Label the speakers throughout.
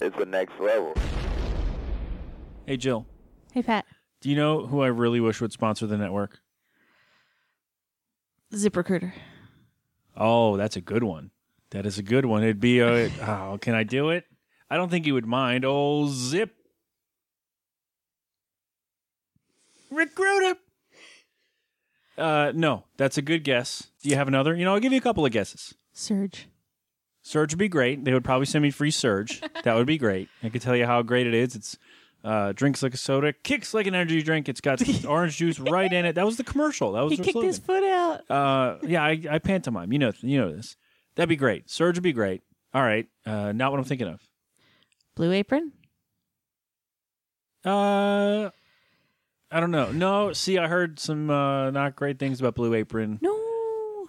Speaker 1: it's the next level.
Speaker 2: Hey, Jill,
Speaker 3: Hey, Pat.
Speaker 2: do you know who I really wish would sponsor the network?
Speaker 3: ZipRecruiter.
Speaker 2: Oh, that's a good one. That is a good one. It'd be a. oh, can I do it? I don't think you would mind. Oh, zip. Recruiter. Uh, no, that's a good guess. Do you have another? You know, I'll give you a couple of guesses.
Speaker 3: Surge.
Speaker 2: Surge would be great. They would probably send me free Surge. that would be great. I could tell you how great it is. It's uh, drinks like a soda, kicks like an energy drink. It's got orange juice right in it. That was the commercial. That was
Speaker 3: He
Speaker 2: their
Speaker 3: kicked
Speaker 2: slogan.
Speaker 3: his foot out.
Speaker 2: Uh, yeah, I, I pantomime. You know, you know this. That'd be great. Surge would be great. All right. Uh, not what I'm thinking of.
Speaker 3: Blue Apron.
Speaker 2: Uh, I don't know. No, see, I heard some uh, not great things about Blue Apron.
Speaker 3: No.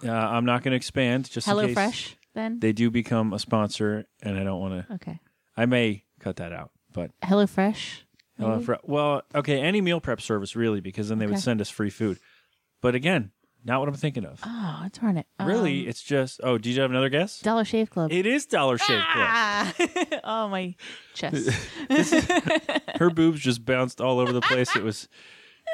Speaker 2: Uh, I'm not going to expand. Just in
Speaker 3: Hello
Speaker 2: case
Speaker 3: Fresh. Then.
Speaker 2: They do become a sponsor, and I don't want to.
Speaker 3: okay.
Speaker 2: I may cut that out, but
Speaker 3: Hello Fresh.
Speaker 2: Hello Fre- Well, okay, any meal prep service really, because then they would
Speaker 3: Okay.
Speaker 2: send us free food. But again, not what I'm thinking of.
Speaker 3: Oh, darn it. Um,
Speaker 2: really, it's just. Oh, do you have another guess?
Speaker 3: Dollar Shave Club.
Speaker 2: it is Dollar Shave Club.
Speaker 3: ah. oh my chest.
Speaker 2: her boobs just bounced all over the place. It was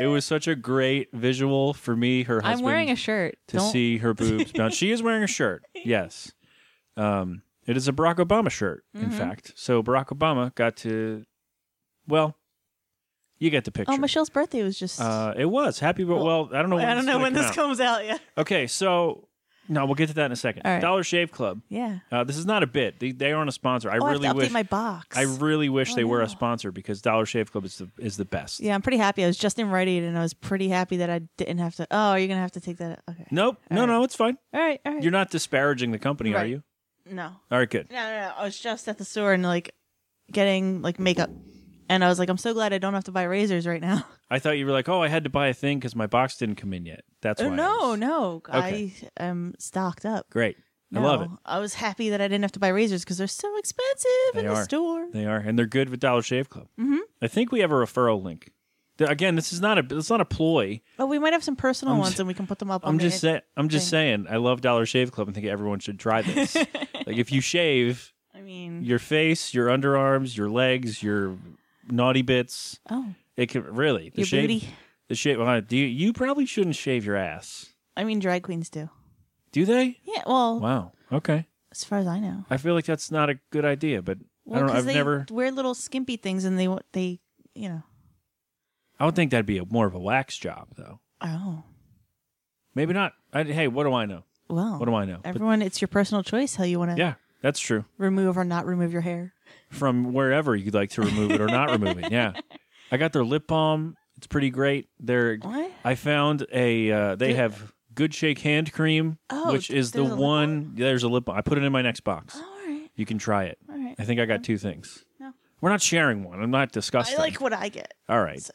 Speaker 2: it was such a great visual for me, her husband,
Speaker 3: I'm wearing a shirt.
Speaker 2: to
Speaker 3: Don't-
Speaker 2: see her boobs bounce. She is wearing a shirt. Yes. Um it is a Barack Obama shirt,
Speaker 3: Mm-hmm.
Speaker 2: in fact. So Barack Obama got to well, you get the picture.
Speaker 3: Oh, Michelle's birthday was just.
Speaker 2: uh it was. Happy but well, I don't know when
Speaker 3: Oh,
Speaker 2: this
Speaker 3: I don't
Speaker 2: is
Speaker 3: know
Speaker 2: gonna
Speaker 3: when
Speaker 2: come
Speaker 3: this
Speaker 2: out.
Speaker 3: comes out. Yeah.
Speaker 2: Okay, so no, we'll get to that in a second.
Speaker 3: All right.
Speaker 2: Dollar Shave Club.
Speaker 3: Yeah.
Speaker 2: Uh, this is not a bit. They, they aren't a sponsor. I
Speaker 3: oh,
Speaker 2: really
Speaker 3: I have to
Speaker 2: wish
Speaker 3: update my box.
Speaker 2: I really wish
Speaker 3: Oh,
Speaker 2: they were
Speaker 3: no.
Speaker 2: a sponsor because Dollar Shave Club is the is the best.
Speaker 3: yeah, I'm pretty happy. I was just in Rite Aid, and I was pretty happy that I didn't have to. Oh, you're gonna have to take that. Okay.
Speaker 2: Nope.
Speaker 3: All
Speaker 2: no,
Speaker 3: right.
Speaker 2: no, it's fine.
Speaker 3: All right. All right.
Speaker 2: You're not disparaging the company, are
Speaker 3: Right.
Speaker 2: you?
Speaker 3: no.
Speaker 2: All right, good.
Speaker 3: No, no, no. I was just at the store and like getting like makeup, and I was like, I'm so glad I don't have to buy razors right now.
Speaker 2: I thought you were like, oh, I had to buy a thing because my box didn't come in yet. That's why. I
Speaker 3: Uh, no,
Speaker 2: was-
Speaker 3: no.
Speaker 2: Okay.
Speaker 3: I am stocked up.
Speaker 2: Great.
Speaker 3: No,
Speaker 2: I love it.
Speaker 3: I was happy that I didn't have to buy razors because they're so expensive
Speaker 2: They
Speaker 3: in the
Speaker 2: are.
Speaker 3: store.
Speaker 2: They are, and they're good with Dollar Shave Club. Mm-hmm. I think we have a referral link. Th- Again, this is not a it's not a ploy.
Speaker 3: Oh, we might have some personal ones, and we can put them up. on
Speaker 2: I'm
Speaker 3: the
Speaker 2: just
Speaker 3: in-
Speaker 2: saying. I'm just saying. I love Dollar Shave Club and think everyone should try this. like if you shave
Speaker 3: I mean,
Speaker 2: your face, your underarms, your legs, your naughty bits,
Speaker 3: oh,
Speaker 2: It can really the
Speaker 3: Your
Speaker 2: shave,
Speaker 3: booty?
Speaker 2: The shave. Well, do you, you probably shouldn't shave your ass.
Speaker 3: I mean, drag queens do.
Speaker 2: Do they?
Speaker 3: Yeah, well,
Speaker 2: Wow. Okay.
Speaker 3: as far as I know,
Speaker 2: I feel like that's not a good idea, but
Speaker 3: well,
Speaker 2: I don't know.
Speaker 3: 'cause
Speaker 2: I've
Speaker 3: they
Speaker 2: never.
Speaker 3: wear little skimpy things, and they wa- they you know
Speaker 2: I would think that'd be a, more of a wax job, though.
Speaker 3: oh
Speaker 2: Maybe not. I, hey, what do I know?
Speaker 3: well.
Speaker 2: What do I know? But-
Speaker 3: Everyone, it's your personal choice how you want to
Speaker 2: yeah, that's true.
Speaker 3: remove or not remove your hair.
Speaker 2: From wherever you'd like to remove it or not remove it. Yeah, I got their lip balm. It's pretty great. They're.
Speaker 3: What?
Speaker 2: I found a. Uh, they
Speaker 3: Do-
Speaker 2: have good shake hand cream,
Speaker 3: Oh,
Speaker 2: which is the
Speaker 3: there's a lip balm?
Speaker 2: one. There's a lip balm. I put it in my next box.
Speaker 3: All right,
Speaker 2: You can try it.
Speaker 3: all right.
Speaker 2: I think I got two things.
Speaker 3: No.
Speaker 2: We're not sharing one. I'm not
Speaker 3: I
Speaker 2: disgusting.
Speaker 3: like what I get.
Speaker 2: All right.
Speaker 3: So-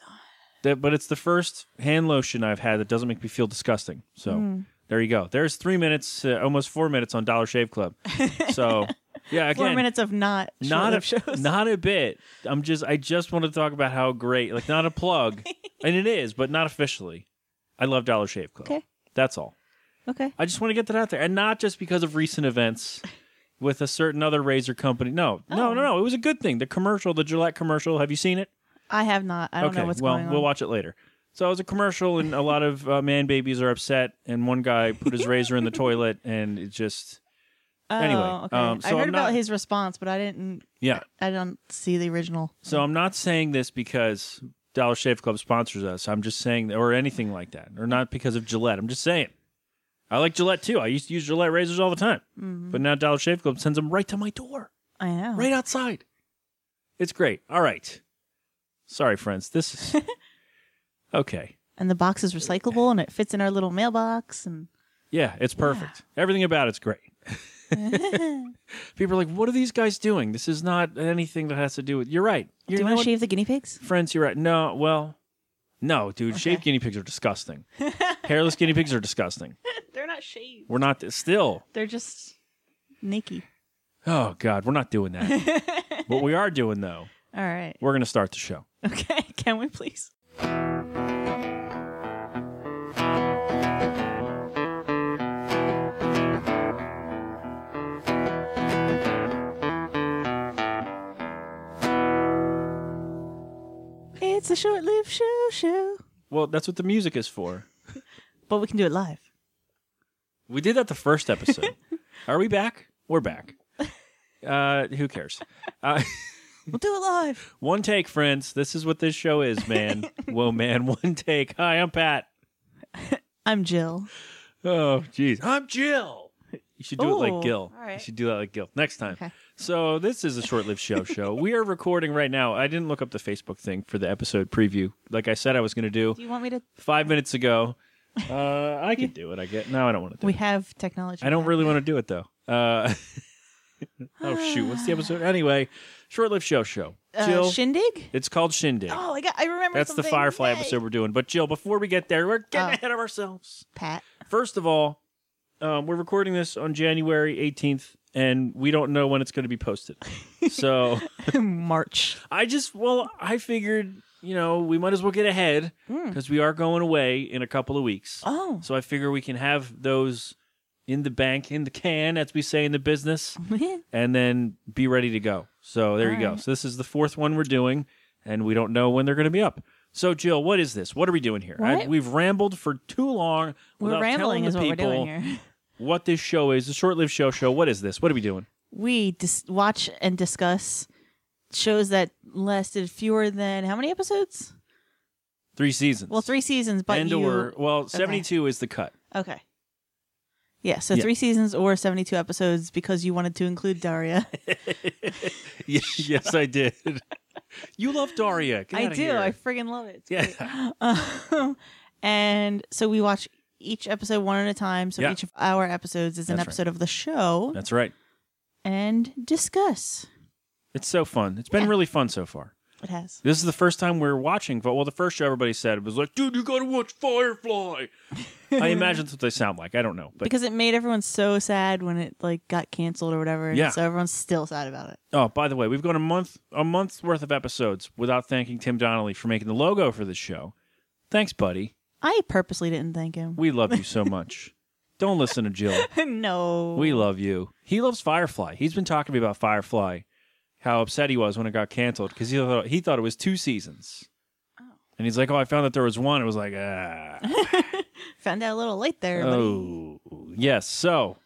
Speaker 2: That- but it's the first hand lotion I've had that doesn't make me feel disgusting. So
Speaker 3: Hmm.
Speaker 2: there you go. There's three minutes, uh, almost four minutes on Dollar Shave Club. So yeah, again,
Speaker 3: Four minutes of not
Speaker 2: not a
Speaker 3: short-lived shows.
Speaker 2: not a bit. I'm just I just wanted to talk about how great, like not a plug, and it is, but not officially. I love Dollar Shave Club.
Speaker 3: Okay.
Speaker 2: That's all.
Speaker 3: okay.
Speaker 2: I just want to get that out there, and not just because of recent events with a certain other razor company. No,
Speaker 3: Oh.
Speaker 2: no, no, no. It was a good thing. The commercial, the Gillette commercial. Have you seen it?
Speaker 3: I have not. I don't
Speaker 2: okay,
Speaker 3: know what's
Speaker 2: well,
Speaker 3: going on.
Speaker 2: we'll watch it later. So it was a commercial, and a lot of uh, man babies are upset, and one guy put his razor in the toilet, and it just
Speaker 3: oh,
Speaker 2: anyway,
Speaker 3: okay.
Speaker 2: um,
Speaker 3: I
Speaker 2: so
Speaker 3: heard
Speaker 2: I'm
Speaker 3: about
Speaker 2: not-
Speaker 3: his response, but I didn't.
Speaker 2: yeah.
Speaker 3: I don't see the original.
Speaker 2: So I'm not saying this because Dollar Shave Club sponsors us. I'm just saying, or anything like that, or not because of Gillette. I'm just saying. I like Gillette too. I used to use Gillette razors all the time,
Speaker 3: Mm-hmm.
Speaker 2: but now Dollar Shave Club sends them right to my door.
Speaker 3: I know.
Speaker 2: right outside. It's great. All right. Sorry, friends. This is okay.
Speaker 3: And the box is recyclable, and it fits in our little mailbox. And
Speaker 2: Yeah, it's perfect. Everything about it's great. People are like, "What are these guys doing? This is not anything that has to do with." You're right. You're,
Speaker 3: do you
Speaker 2: know
Speaker 3: want
Speaker 2: what?
Speaker 3: to shave the guinea pigs?
Speaker 2: friends? You're right. No, well, no, dude. Shaved guinea pigs are disgusting. Hairless guinea pigs are disgusting.
Speaker 3: They're not shaved.
Speaker 2: We're not still.
Speaker 3: They're just naked.
Speaker 2: Oh God, we're not doing that. what we are doing though,
Speaker 3: All right.
Speaker 2: we're gonna start the show.
Speaker 3: Okay. Can we please? It's a short lived show show.
Speaker 2: Well, that's what the music is for.
Speaker 3: But we can do it live.
Speaker 2: We did that the first episode. Are we back? We're back. Uh, who cares? Uh,
Speaker 3: We'll do it live.
Speaker 2: one take, friends. This is what this show is, man. Whoa, man. One take. Hi, I'm Pat.
Speaker 3: I'm Jill.
Speaker 2: Oh, jeez. I'm Jill. You should do it
Speaker 3: Ooh,
Speaker 2: like Gil.
Speaker 3: all right.
Speaker 2: You should do that like Gil next time.
Speaker 3: Okay.
Speaker 2: So this is a short-lived show. Show we are recording right now. I didn't look up the Facebook thing for the episode preview, like I said I was going to do
Speaker 3: Do you want me to?
Speaker 2: five minutes ago. Uh, I could do it. I get no. I don't want to do.
Speaker 3: We
Speaker 2: it.
Speaker 3: have technology.
Speaker 2: I don't really want to do it though. Uh, oh shoot! What's the episode? Anyway, short-lived show. Show
Speaker 3: Uh,
Speaker 2: Jill.
Speaker 3: Shindig?
Speaker 2: it's called Shindig.
Speaker 3: Oh, I got. I remember.
Speaker 2: That's the
Speaker 3: something.
Speaker 2: Firefly
Speaker 3: Yay.
Speaker 2: episode we're doing. But Jill, before we get there, we're getting
Speaker 3: Oh.
Speaker 2: ahead of ourselves.
Speaker 3: Pat.
Speaker 2: First of all, um, we're recording this on January 18th, and we don't know when it's going to be posted. So
Speaker 3: March.
Speaker 2: I just, well, I figured, you know, we might as well get ahead because we are going away in a couple of weeks.
Speaker 3: Hmm. Oh.
Speaker 2: So I figure we can have those in the bank, in the can, as we say in the business, and then be ready to go. So there you go.
Speaker 3: Alright.
Speaker 2: So this is the fourth one we're doing, and we don't know when they're going to be up. So Jill, what is this? What are we doing here?
Speaker 3: What?
Speaker 2: we've rambled for too long.
Speaker 3: we're
Speaker 2: without telling
Speaker 3: rambling,
Speaker 2: the
Speaker 3: is what
Speaker 2: people
Speaker 3: we're doing here.
Speaker 2: what this show is. The short-lived show show. What is this? What are we doing?
Speaker 3: We dis- watch and discuss shows that lasted fewer than how many episodes?
Speaker 2: Three seasons.
Speaker 3: Well, three seasons, but
Speaker 2: and
Speaker 3: you.
Speaker 2: or well, seventy-two is the cut.
Speaker 3: Okay. Yeah, so
Speaker 2: Yeah.
Speaker 3: three seasons or 72 episodes because you wanted to include Daria.
Speaker 2: Ye- yes, I did. you love Daria. Get
Speaker 3: I
Speaker 2: outta
Speaker 3: do.
Speaker 2: here.
Speaker 3: I friggin' love it. It's
Speaker 2: Yeah.
Speaker 3: great. Um, and so we watch each episode one at a time. So
Speaker 2: Yeah.
Speaker 3: each of our episodes is an
Speaker 2: That's right.
Speaker 3: episode of the show
Speaker 2: That's right.
Speaker 3: and discuss.
Speaker 2: It's so fun. It's been
Speaker 3: Yeah.
Speaker 2: really fun so far.
Speaker 3: It has.
Speaker 2: This is the first time we're watching. Well, the first show everybody said was like, "Dude, you gotta watch Firefly." I imagine that's what they sound like. I don't know, but
Speaker 3: because it made everyone so sad when it like got canceled or whatever. and
Speaker 2: Yeah.
Speaker 3: So everyone's still sad about it.
Speaker 2: oh, by the way, we've gone a month a month's worth of episodes without thanking Tim Donnelly for making the logo for this show. Thanks, buddy.
Speaker 3: I purposely didn't thank him.
Speaker 2: We love you so much. Don't listen to Jill.
Speaker 3: no.
Speaker 2: We love you. He loves Firefly. He's been talking to me about Firefly, how upset he was when it got canceled because he thought, he thought it was two seasons. And he's like, oh, I found that there was one. It was like, ah.
Speaker 3: found out a little late there. buddy.
Speaker 2: oh. Yes. So,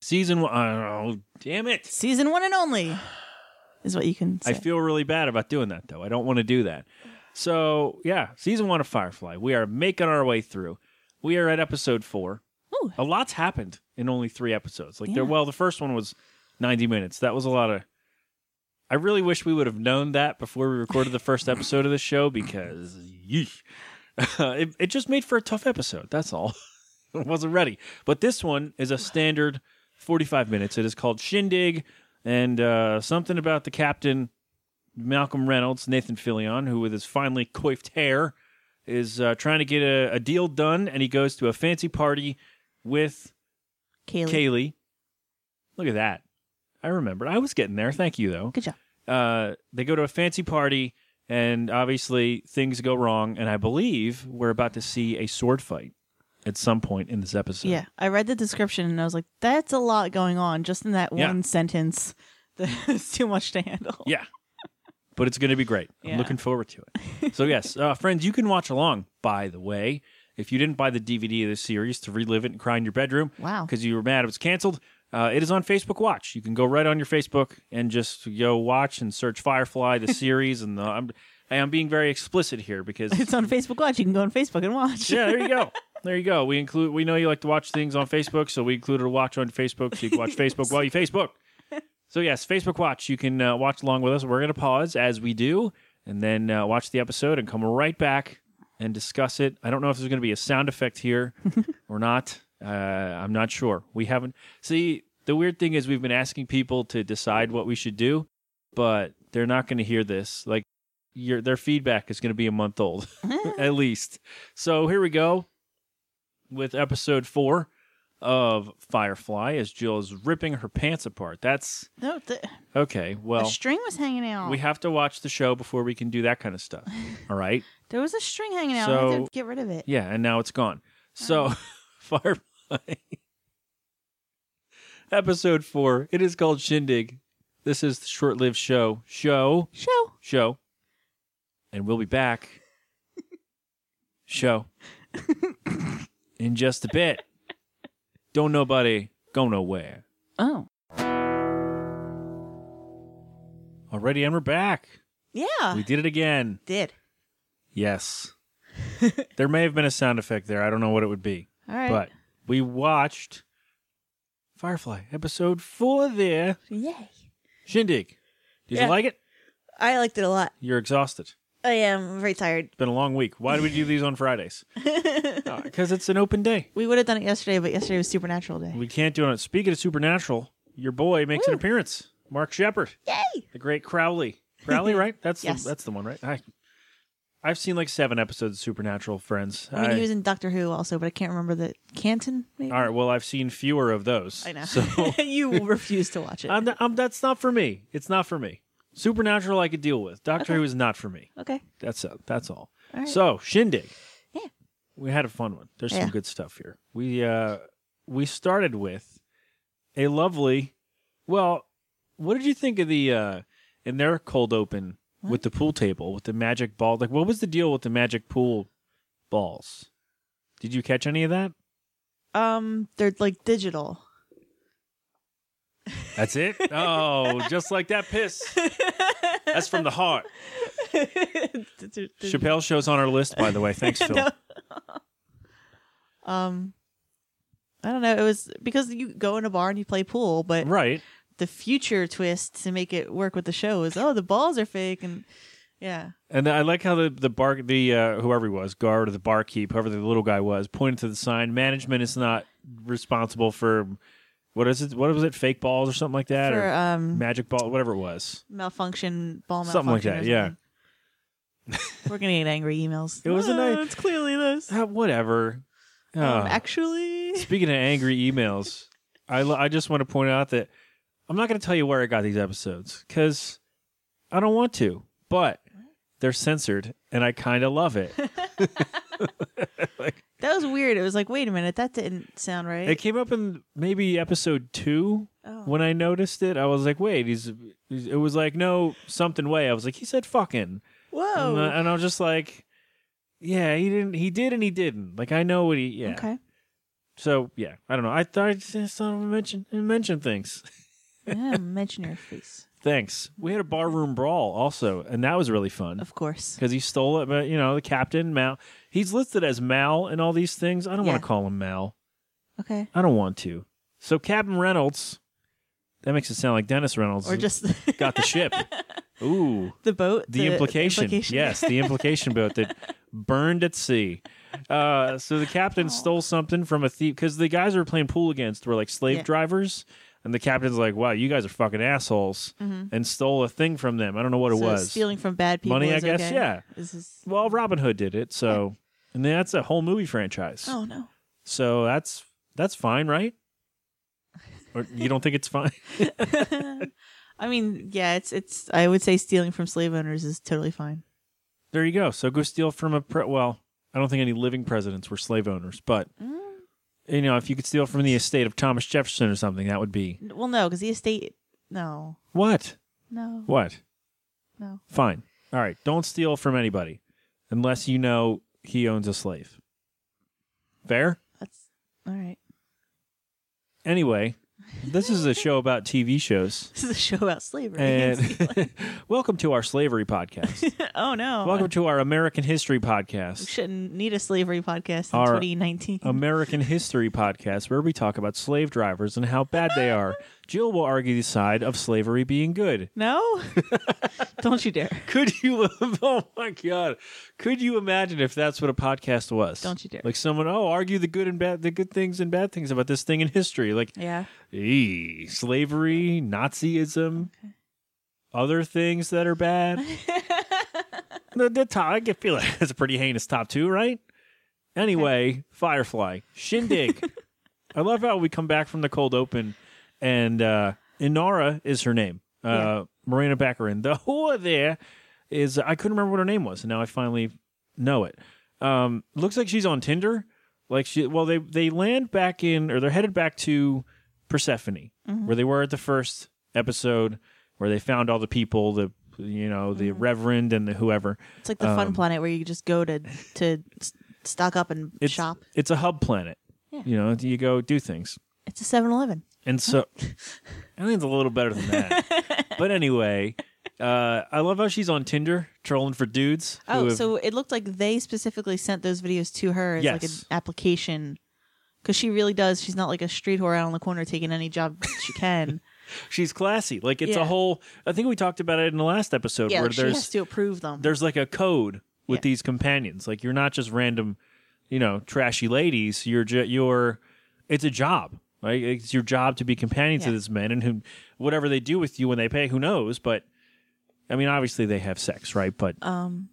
Speaker 2: season one. Oh, damn it.
Speaker 3: Season one and only is what you can say.
Speaker 2: I feel really bad about doing that, though. I don't want to do that. So, yeah, season one of Firefly. We are making our way through. We are at episode four.
Speaker 3: Ooh.
Speaker 2: a lot's happened in only three episodes. Like there,
Speaker 3: Yeah.
Speaker 2: well, the first one was ninety minutes. That was a lot of. I really wish we would have known that before we recorded the first episode of the show because yeesh. it, it just made for a tough episode. That's all. I wasn't ready. But this one is a standard forty-five minutes. It is called Shindig, and uh, something about the captain Malcolm Reynolds, Nathan Fillion, who with his finely coiffed hair is uh, trying to get a, a deal done, and he goes to a fancy party with
Speaker 3: Kaylee.
Speaker 2: Kaylee. Look at that. I remembered. I was getting there. Thank you, though.
Speaker 3: Good job.
Speaker 2: Uh, they go to a fancy party, and obviously things go wrong. And I believe we're about to see a sword fight at some point in this episode.
Speaker 3: Yeah, I read the description and I was like, that's a lot going on just in that
Speaker 2: Yeah.
Speaker 3: one sentence. That's too much to handle.
Speaker 2: Yeah. But it's going to be great. I'm
Speaker 3: Yeah.
Speaker 2: looking forward to it. So, yes, uh, friends, you can watch along, by the way. If you didn't buy the DVD of this series to relive it and cry in your bedroom
Speaker 3: Wow.
Speaker 2: because you were mad it was canceled, uh, it is on Facebook Watch. You can go right on your Facebook and just go watch and search Firefly, the series. And the, I'm, hey, I'm being very explicit here because
Speaker 3: It's on Facebook Watch. You can go on Facebook and watch.
Speaker 2: yeah, there you go. There you go. We include. We know you like to watch things on Facebook, so we included a watch on Facebook, so you can watch Facebook while you Facebook. So yes, Facebook Watch. You can uh, watch along with us. We're going to pause as we do, and then uh, watch the episode, and come right back and discuss it. I don't know if there's going to be a sound effect here or not. Uh, I'm not sure. We haven't. See, the weird thing is we've been asking people to decide what we should do, but they're not going to hear this. Like your their feedback is going to be a month old at least. So here we go with episode four of Firefly as Jill is ripping her pants apart. That's
Speaker 3: No, the,
Speaker 2: okay.
Speaker 3: the
Speaker 2: Well,
Speaker 3: string was hanging out.
Speaker 2: we have to watch the show before we can do that kind of stuff. All right.
Speaker 3: there was a string hanging out. I had
Speaker 2: So-
Speaker 3: to get rid of it.
Speaker 2: Yeah, and now it's gone. So Firefly episode four. It is called Shindig. This is the short-lived show. Show
Speaker 3: Show.
Speaker 2: show. and we'll be back. Show in just a bit. Don't nobody go nowhere.
Speaker 3: Oh.
Speaker 2: Already, and we're back.
Speaker 3: Yeah.
Speaker 2: We did it again.
Speaker 3: did.
Speaker 2: Yes. there may have been a sound effect there. I don't know what it would be.
Speaker 3: All right.
Speaker 2: But we watched Firefly episode four there.
Speaker 3: Yay.
Speaker 2: Shindig. Did
Speaker 3: Yeah.
Speaker 2: you like it?
Speaker 3: I liked it a lot.
Speaker 2: You're exhausted.
Speaker 3: I am very tired.
Speaker 2: It's been a long week. Why do we do these on Fridays? Because it's an open day.
Speaker 3: We would have done it yesterday, but yesterday was Supernatural Day.
Speaker 2: We can't do it. Speaking of Supernatural, your boy makes an appearance. Mark Shepard,
Speaker 3: Yay!
Speaker 2: the great Crowley. Crowley, right? That's
Speaker 3: Yes.
Speaker 2: the, that's the one, right? I, I've seen like seven episodes of Supernatural, friends.
Speaker 3: I mean,
Speaker 2: I-
Speaker 3: he was in Doctor Who also, but I can't remember the Canton. Maybe
Speaker 2: all right. Well, I've seen fewer of those.
Speaker 3: I know.
Speaker 2: So
Speaker 3: you will refuse to watch it.
Speaker 2: I'm, I'm, that's not for me. It's not for me. Supernatural, I could deal with. Doctor Who is not for me.
Speaker 3: okay.
Speaker 2: That's uh, that's all.
Speaker 3: All right.
Speaker 2: So shindig.
Speaker 3: Yeah.
Speaker 2: We had a fun one. There's
Speaker 3: Yeah.
Speaker 2: some good stuff here. We uh we started with a lovely. Well, what did you think of the uh in their cold open with the pool table with the magic ball? Like, what was the deal with the magic pool balls? Did you catch any of that?
Speaker 3: Um, they're like digital.
Speaker 2: That's it. oh, just like that piss. That's from the heart. Chappelle shows on our list, by the way. Thanks, Phil.
Speaker 3: No. um, I don't know. It was because you go in a bar and you play pool, but
Speaker 2: Right.
Speaker 3: the future twist to make it work with the show is oh the balls are fake and yeah
Speaker 2: And I like how the the bar the uh, whoever he was guard or the barkeep whoever the little guy was pointed to the sign. Management is not responsible for what is it? What was it? Fake balls or something like that,
Speaker 3: for
Speaker 2: or
Speaker 3: um
Speaker 2: magic ball, whatever it was.
Speaker 3: malfunction ball malfunction
Speaker 2: Something like that,
Speaker 3: or
Speaker 2: yeah.
Speaker 3: something. we're gonna get angry emails
Speaker 2: It was a
Speaker 3: "Ah,
Speaker 2: nice-
Speaker 3: it's clearly this
Speaker 2: Ah, whatever.
Speaker 3: um,
Speaker 2: Ah.
Speaker 3: actually
Speaker 2: Speaking of angry emails, I lo- I just want to point out that I'm not going to tell you where I got these episodes because I don't want to, but they're censored and I kind of love it.
Speaker 3: that was weird it was like wait a minute that didn't sound right
Speaker 2: It came up in maybe episode two
Speaker 3: oh.
Speaker 2: when I noticed it, I was like, "Wait, he's." he's- It was like no something way. I was like, "He said fucking,"
Speaker 3: whoa
Speaker 2: and, I- and I was just like, "Yeah, he didn't. He did, and he didn't." Like I know what he. Yeah.
Speaker 3: okay
Speaker 2: So yeah, I don't know. I thought I just thought I'd mention I'd mention things.
Speaker 3: yeah mention your face
Speaker 2: Thanks. We had a barroom brawl also, and that was really fun
Speaker 3: of course
Speaker 2: because he stole it. But you know, the captain Mal, he's listed as Mal and all these things. I don't want
Speaker 3: Yeah.
Speaker 2: to call him Mal.
Speaker 3: okay
Speaker 2: I don't want to. So Captain Reynolds. That makes it sound like Dennis Reynolds.
Speaker 3: or just
Speaker 2: got the ship. Ooh,
Speaker 3: the boat
Speaker 2: the, implication. Yes, the implication boat that burned at sea. Uh, so the captain stole something from a thief because the guys we were playing pool against were like slave
Speaker 3: Yeah.
Speaker 2: drivers, and the captain's like, "Wow, you guys are fucking assholes," and stole a thing from them. I don't know what
Speaker 3: Mm-hmm. so
Speaker 2: it was.
Speaker 3: stealing from bad people
Speaker 2: Money, I
Speaker 3: is
Speaker 2: guess,
Speaker 3: okay?
Speaker 2: yeah.
Speaker 3: this is
Speaker 2: well, Robin Hood did it, so and that's a whole movie franchise.
Speaker 3: oh no
Speaker 2: So that's that's fine, right? Or you don't think it's fine?
Speaker 3: I mean, yeah, it's it's. I would say stealing from slave owners is totally fine.
Speaker 2: There you go. So go steal from a pre- well. I don't think any living presidents were slave owners, but you know, if you could steal from the estate of Thomas Jefferson or something, that would be
Speaker 3: N- Well, no, because the estate. No,
Speaker 2: what?
Speaker 3: no,
Speaker 2: What?
Speaker 3: no.
Speaker 2: Fine. All right. Don't steal from anybody unless you know he owns a slave. Fair.
Speaker 3: That's all right.
Speaker 2: Anyway, this is a show about TV shows,
Speaker 3: This is a show about slavery.
Speaker 2: and welcome to our slavery podcast.
Speaker 3: oh no,
Speaker 2: welcome to our American history
Speaker 3: we
Speaker 2: podcast.
Speaker 3: shouldn't need a slavery podcast in
Speaker 2: Our-
Speaker 3: 2019.
Speaker 2: American History podcast, where we talk about slave drivers and how bad they are. Jill will argue the side of slavery being good.
Speaker 3: no, don't you dare!
Speaker 2: Could you? Oh my God! Could you imagine if that's what a podcast was?
Speaker 3: Don't you dare.
Speaker 2: Like someone, oh, argue the good and bad, the good things and bad things about this thing in history, like
Speaker 3: Yeah,
Speaker 2: ee, slavery, Nazism, other things that are bad. the, the top, I feel like that's a pretty heinous top two, right? Anyway, Firefly, Shindig. I love how we come back from the cold open, and uh, Inara is her name. Uh,
Speaker 3: Yeah.
Speaker 2: Marina Baccarin. The whore there is I couldn't remember what her name was, and now I finally know it. Um, looks like she's on Tinder. Like she, well, they they land back in, or they're headed back to
Speaker 3: Mm-hmm.
Speaker 2: Persephone, where they were at the first episode, where they found all the people, the you know, the
Speaker 3: Mm-hmm.
Speaker 2: Reverend and the whoever.
Speaker 3: It's like the fun
Speaker 2: Um,
Speaker 3: planet where you just go to to s- stock up and
Speaker 2: It's,
Speaker 3: shop.
Speaker 2: It's a hub planet.
Speaker 3: Yeah.
Speaker 2: You know, you go do things.
Speaker 3: It's a 7-Eleven.
Speaker 2: And so I think it's a little better than that. but anyway, uh, I love how she's on Tinder trolling for dudes. who
Speaker 3: Oh,
Speaker 2: have-
Speaker 3: so it looked like they specifically sent those videos to her as like an
Speaker 2: Yes.
Speaker 3: application. Because she really does. She's not like a street whore out on the corner taking any job she can.
Speaker 2: she's classy. Like it's a
Speaker 3: Yeah.
Speaker 2: whole I think we talked about it in the last episode
Speaker 3: yeah,
Speaker 2: where
Speaker 3: like she
Speaker 2: there's
Speaker 3: has to approve them.
Speaker 2: there's like a code with
Speaker 3: Yeah.
Speaker 2: these companions. Like you're not just random, you know, trashy ladies. You're ju- you're it's a job. Right? It's your job to be companions to
Speaker 3: Yeah.
Speaker 2: this man and who whatever they do with you when they pay, who knows? But I mean, obviously they have sex, right? But
Speaker 3: Um,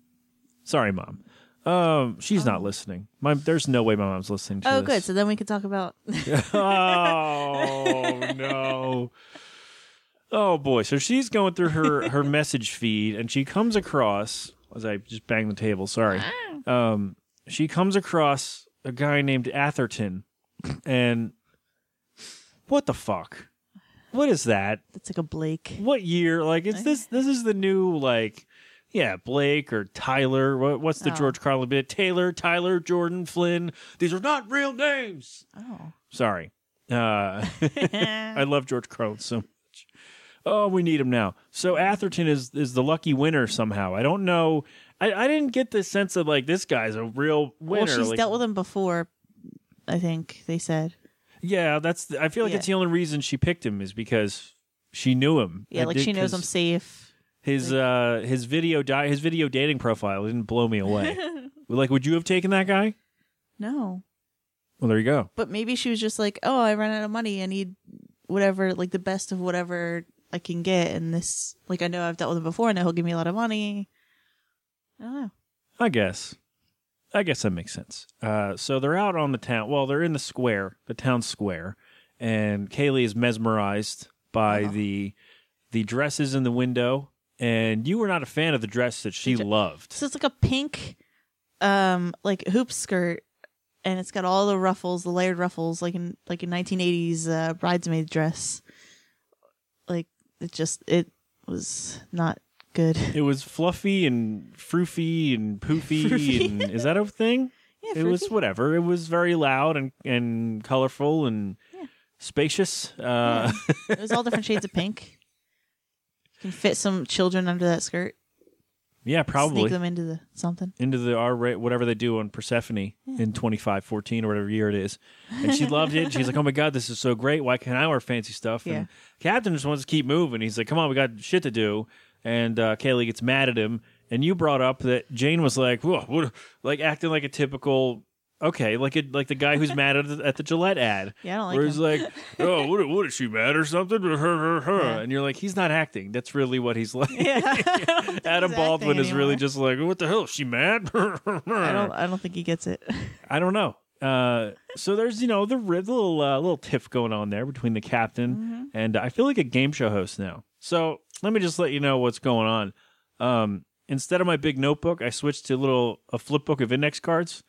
Speaker 2: sorry, mom. Um, she's not listening. My there's no way my mom's listening to
Speaker 3: oh,
Speaker 2: this.
Speaker 3: good. So then we can talk about.
Speaker 2: oh no. Oh boy. So she's going through her her message feed and she comes across as I just banged the table, sorry. Um she comes across a guy named Atherton and what the fuck? What is that?
Speaker 3: it's like a Blake.
Speaker 2: What year? Like it's this this is the new like yeah, Blake or Tyler. What, what's the
Speaker 3: Oh.
Speaker 2: George Carlin bit? Taylor, Tyler, Jordan, Flynn. These are not real names.
Speaker 3: Oh. Eh.
Speaker 2: Sorry. Uh, I love George Carlin so much. Oh, we need him now. So Atherton is is the lucky winner somehow. I don't know. I, I didn't get the sense of like this guy's a real winner.
Speaker 3: well, she's
Speaker 2: like-
Speaker 3: dealt with him before, I think they said.
Speaker 2: yeah, that's. The, I feel like
Speaker 3: Yeah.
Speaker 2: it's the only reason she picked him is because she knew him.
Speaker 3: Yeah,
Speaker 2: I
Speaker 3: like
Speaker 2: did-
Speaker 3: she knows
Speaker 2: 'cause
Speaker 3: I'm safe.
Speaker 2: His uh his video di- his video dating profile didn't blow me away. like, would you have taken that guy?
Speaker 3: No.
Speaker 2: Well, there you go.
Speaker 3: But maybe she was just like, oh, I ran out of money. I need whatever, like the best of whatever I can get. And this, like, I know I've dealt with him before. I know he'll give me a lot of money. I don't know.
Speaker 2: I guess. I guess that makes sense. Uh, so they're out on the town. Well, they're in the square, the town square, and Kaylee is mesmerized by
Speaker 3: Uh-huh.
Speaker 2: the the dresses in the window. And you were not a fan of the dress that she
Speaker 3: The dre-
Speaker 2: loved.
Speaker 3: So it's like a pink, um, like hoop skirt. And it's got all the ruffles, the layered ruffles, like in like a 1980s uh, bridesmaid dress. Like it just it was not good.
Speaker 2: It was fluffy and froofy and poofy.
Speaker 3: Froofy.
Speaker 2: and is that a thing?
Speaker 3: Yeah,
Speaker 2: it was
Speaker 3: fruity.
Speaker 2: whatever. It was very loud and and colorful and
Speaker 3: Yeah.
Speaker 2: spacious. Uh,
Speaker 3: It was all different shades of pink. You can fit some children under that skirt.
Speaker 2: yeah, probably.
Speaker 3: Sneak them into the something.
Speaker 2: into the R rate, whatever they do on Persephone in 2514 or whatever year it is. And she loved it. She's like, oh my God, this is so great. Why can't I wear fancy stuff? And Captain just wants to keep moving. He's like, come on, we got shit to do. And uh, Kaylee gets mad at him. And you brought up that Jane was like, Whoa, what, like acting like a typical, okay, like a, like the guy who's mad at the, at the Gillette ad.
Speaker 3: Yeah, I don't like
Speaker 2: Where he's
Speaker 3: him.
Speaker 2: like, oh, what, what is she mad or something?
Speaker 3: Yeah.
Speaker 2: And you're like, he's not acting. That's really what he's like.
Speaker 3: Yeah.
Speaker 2: Adam Baldwin is really just like, what the hell? Is she mad?
Speaker 3: I don't. I don't think he gets it.
Speaker 2: I don't know. Uh, so there's you know the ri- the little uh, little tiff going on there between the captain
Speaker 3: Mm-hmm.
Speaker 2: and I feel like a game show host now. So let me just let you know what's going on. Um, instead of my big notebook, I switched to a little a flip book of index cards,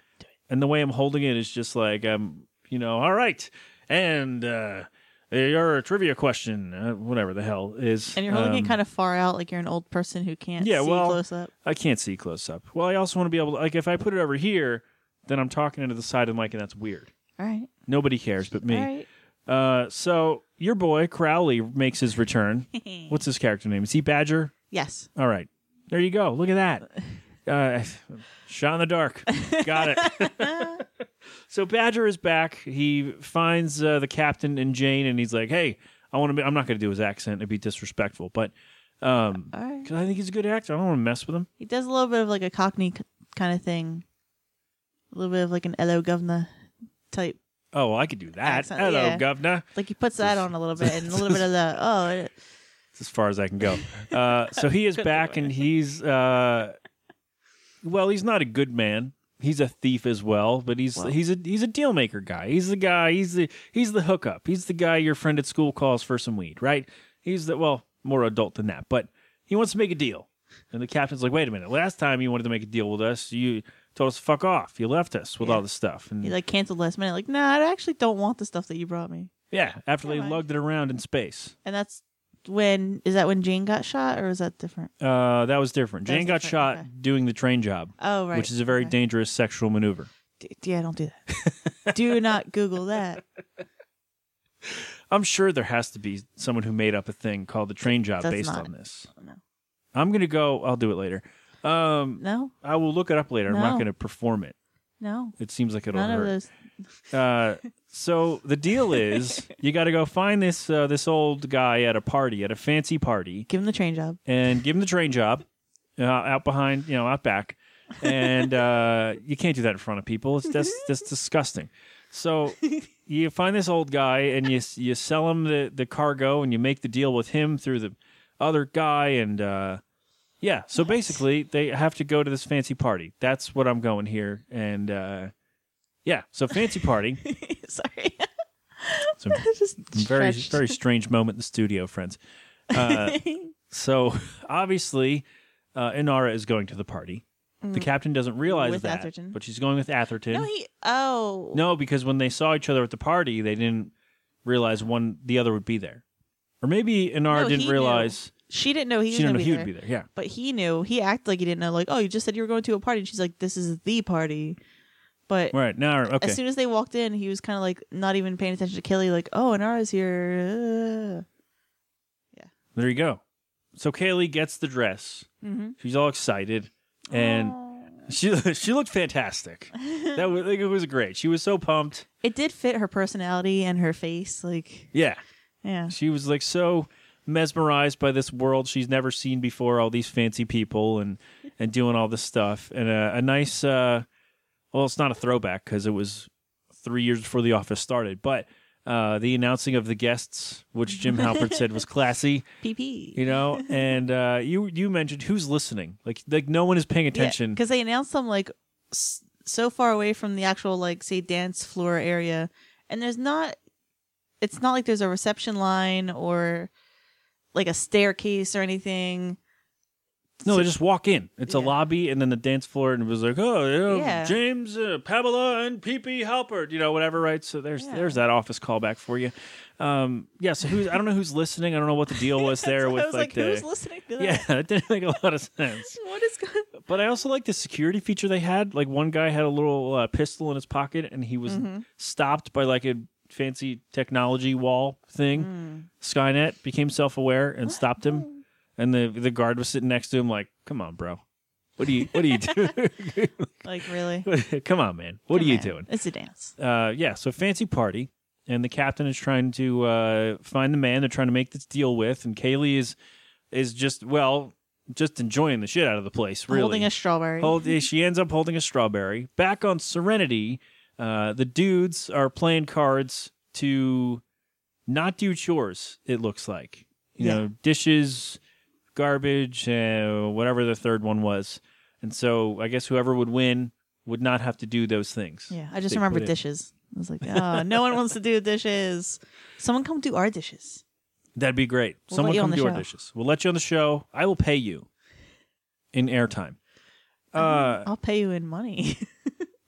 Speaker 2: and the way I'm holding it is just like I'm you know all right, and uh, your trivia question, uh, whatever the hell is,
Speaker 3: And you're holding
Speaker 2: um,
Speaker 3: it kind of far out, like you're an old person who can't
Speaker 2: Yeah,
Speaker 3: see
Speaker 2: well,
Speaker 3: close up.
Speaker 2: I can't see close up. Well, I also want to be able to like if I put it over here, then I'm talking into the side of the mic, and that's weird.
Speaker 3: All right.
Speaker 2: Nobody cares but me.
Speaker 3: All right.
Speaker 2: Uh, so your boy Crowley makes his return. What's his character name? Is he Badger?
Speaker 3: Yes.
Speaker 2: All right, there you go. Look at that. Uh, shot in the dark. Got it. so Badger is back. He finds uh, the captain and Jane, and he's like, "Hey, I want to. I'm not going to do his accent. It'd be disrespectful, but um,
Speaker 3: All right.
Speaker 2: 'cause I think he's a good actor. I don't want to mess with him.
Speaker 3: He does a little bit of like a Cockney c- kind of thing, a little bit of like an "Hello, Governor" type.
Speaker 2: Oh, well, I could do that.
Speaker 3: Accent,
Speaker 2: Hello,
Speaker 3: yeah.
Speaker 2: governor.
Speaker 3: Like he puts that on a little bit, and a little bit of the oh, it-
Speaker 2: It's as far as I can go. Uh, so he is back, and he's uh, well, he's not a good man. He's a thief as well, but he's
Speaker 3: Well.
Speaker 2: he's a he's a deal maker guy. He's the guy. He's the he's the hookup. He's the guy your friend at school calls for some weed, right? He's the well more adult than that, but he wants to make a deal. And the captain's like, "Wait a minute! Last time you wanted to make a deal with us, you told us to fuck off. You left us with
Speaker 3: Yeah.
Speaker 2: all this stuff." And
Speaker 3: he like canceled last minute. Like, nah, I actually don't want the stuff that you brought me,
Speaker 2: yeah, after they
Speaker 3: Never mind.
Speaker 2: lugged it around in space,
Speaker 3: and that's when is that when Jane got shot or was that different?
Speaker 2: Uh, that was different.
Speaker 3: That
Speaker 2: Jane
Speaker 3: was
Speaker 2: got
Speaker 3: different,
Speaker 2: shot
Speaker 3: okay.
Speaker 2: doing the train job,
Speaker 3: Oh right,
Speaker 2: which is a very
Speaker 3: okay.
Speaker 2: dangerous sexual maneuver.
Speaker 3: D- yeah. Don't do that. do not Google that.
Speaker 2: I'm sure there has to be someone who made up a thing called the train job
Speaker 3: That's
Speaker 2: based
Speaker 3: not
Speaker 2: on this.
Speaker 3: No.
Speaker 2: I'm gonna go. I'll do it later. Um,
Speaker 3: No,
Speaker 2: I will look it up later. I'm not
Speaker 3: No.
Speaker 2: gonna perform it.
Speaker 3: no,
Speaker 2: It seems like it'll
Speaker 3: none
Speaker 2: hurt.
Speaker 3: of those.
Speaker 2: Uh, so the deal is you got to go find this uh, this old guy at a party at a fancy party
Speaker 3: Give him the train job.
Speaker 2: and give him the train job uh, out behind you know out back and uh, you can't do that in front of people it's that's that's disgusting so you find this old guy and you you sell him the the cargo and you make the deal with him through the other guy and uh, yeah so basically they have to go to this fancy party that's what I'm going here and uh, yeah so fancy party
Speaker 3: Sorry,
Speaker 2: So-
Speaker 3: just
Speaker 2: very
Speaker 3: stretched.
Speaker 2: very strange moment in the studio, friends. Uh, so obviously, uh, Inara is going to the party. The
Speaker 3: Mm.
Speaker 2: captain doesn't realize
Speaker 3: With
Speaker 2: that,
Speaker 3: Atherton.
Speaker 2: but she's going with Atherton.
Speaker 3: no, he. Oh
Speaker 2: No, because when they saw each other at the party, they didn't realize one the other would be there, or maybe Inara
Speaker 3: No, he
Speaker 2: didn't
Speaker 3: knew.
Speaker 2: realize
Speaker 3: she didn't know he was
Speaker 2: she didn't know
Speaker 3: gonna be
Speaker 2: he
Speaker 3: there.
Speaker 2: would be there. Yeah,
Speaker 3: But he knew. He acted like he didn't know. Like, oh, you just said you were going to a party. And she's like, this is the party. But
Speaker 2: right now, okay.
Speaker 3: as soon as they walked in, he was kind of like not even paying attention to Kelly. Like, oh, Anara's here.
Speaker 2: there you go. So Kaylee gets the dress.
Speaker 3: Mm-hmm.
Speaker 2: She's all excited, and she she looked fantastic. that was like, it was great. She was so pumped.
Speaker 3: it did fit her personality and her face. Like,
Speaker 2: Yeah.
Speaker 3: yeah,
Speaker 2: She was like so mesmerized by this world she's never seen before, all these fancy people and and doing all this stuff, and a, a nice. Uh, well, it's not a throwback because it was three years before The Office started, but uh, the announcing of the guests, which Jim Halpert said was classy,
Speaker 3: PP.
Speaker 2: you know, and uh, you you mentioned who's listening, like like no one is paying attention.
Speaker 3: Because they announced them like s- so far away from the actual like say dance floor area, and there's not. It's not like there's a reception line or like a staircase or anything.
Speaker 2: no, they just walk in. It's a
Speaker 3: Yeah.
Speaker 2: lobby, and then the dance floor, and it was like, oh, you know,
Speaker 3: Yeah.
Speaker 2: James, uh, Pamela, and PP Halpert, you know, whatever, right? So there's
Speaker 3: Yeah.
Speaker 2: there's that office callback for you. Um, yeah. So who's I don't know who's listening. I don't know what the deal was there
Speaker 3: So
Speaker 2: with
Speaker 3: I was like, who's
Speaker 2: the.
Speaker 3: listening to that?
Speaker 2: Yeah, that didn't make a lot of sense.
Speaker 3: What is going?
Speaker 2: But I also like the security feature they had. Like one guy had a little uh, pistol in his pocket, and he was
Speaker 3: Mm-hmm.
Speaker 2: stopped by like a fancy technology wall thing.
Speaker 3: Mm.
Speaker 2: Skynet became self aware and stopped him.
Speaker 3: Oh.
Speaker 2: And the the guard was sitting next to him, like, "Come on, bro, what do you what do you do?
Speaker 3: Like really?
Speaker 2: Come on, man, what
Speaker 3: Come
Speaker 2: are you
Speaker 3: on.
Speaker 2: doing?"
Speaker 3: It's a dance.
Speaker 2: Uh, yeah, so fancy party, and the captain is trying to uh, find the man they're trying to make this deal with, and Kaylee is is just well, just enjoying the shit out of the place. Really,
Speaker 3: Holding a strawberry.
Speaker 2: Hold, eh, she ends up holding a strawberry. Back on Serenity, uh, the dudes are playing cards to not do chores. It looks like you
Speaker 3: Yeah.
Speaker 2: know dishes, garbage, uh, whatever the third one was. And so I guess whoever would win would not have to do those things.
Speaker 3: yeah, I just
Speaker 2: They
Speaker 3: remember
Speaker 2: put it-
Speaker 3: dishes. I was like, oh, no one wants to do dishes. Someone come do our dishes.
Speaker 2: That'd be great.
Speaker 3: We'll let
Speaker 2: Someone
Speaker 3: you on
Speaker 2: come
Speaker 3: the
Speaker 2: do our
Speaker 3: show.
Speaker 2: dishes. We'll let you on the show. I will pay you in airtime. Uh,
Speaker 3: I'll pay you in money.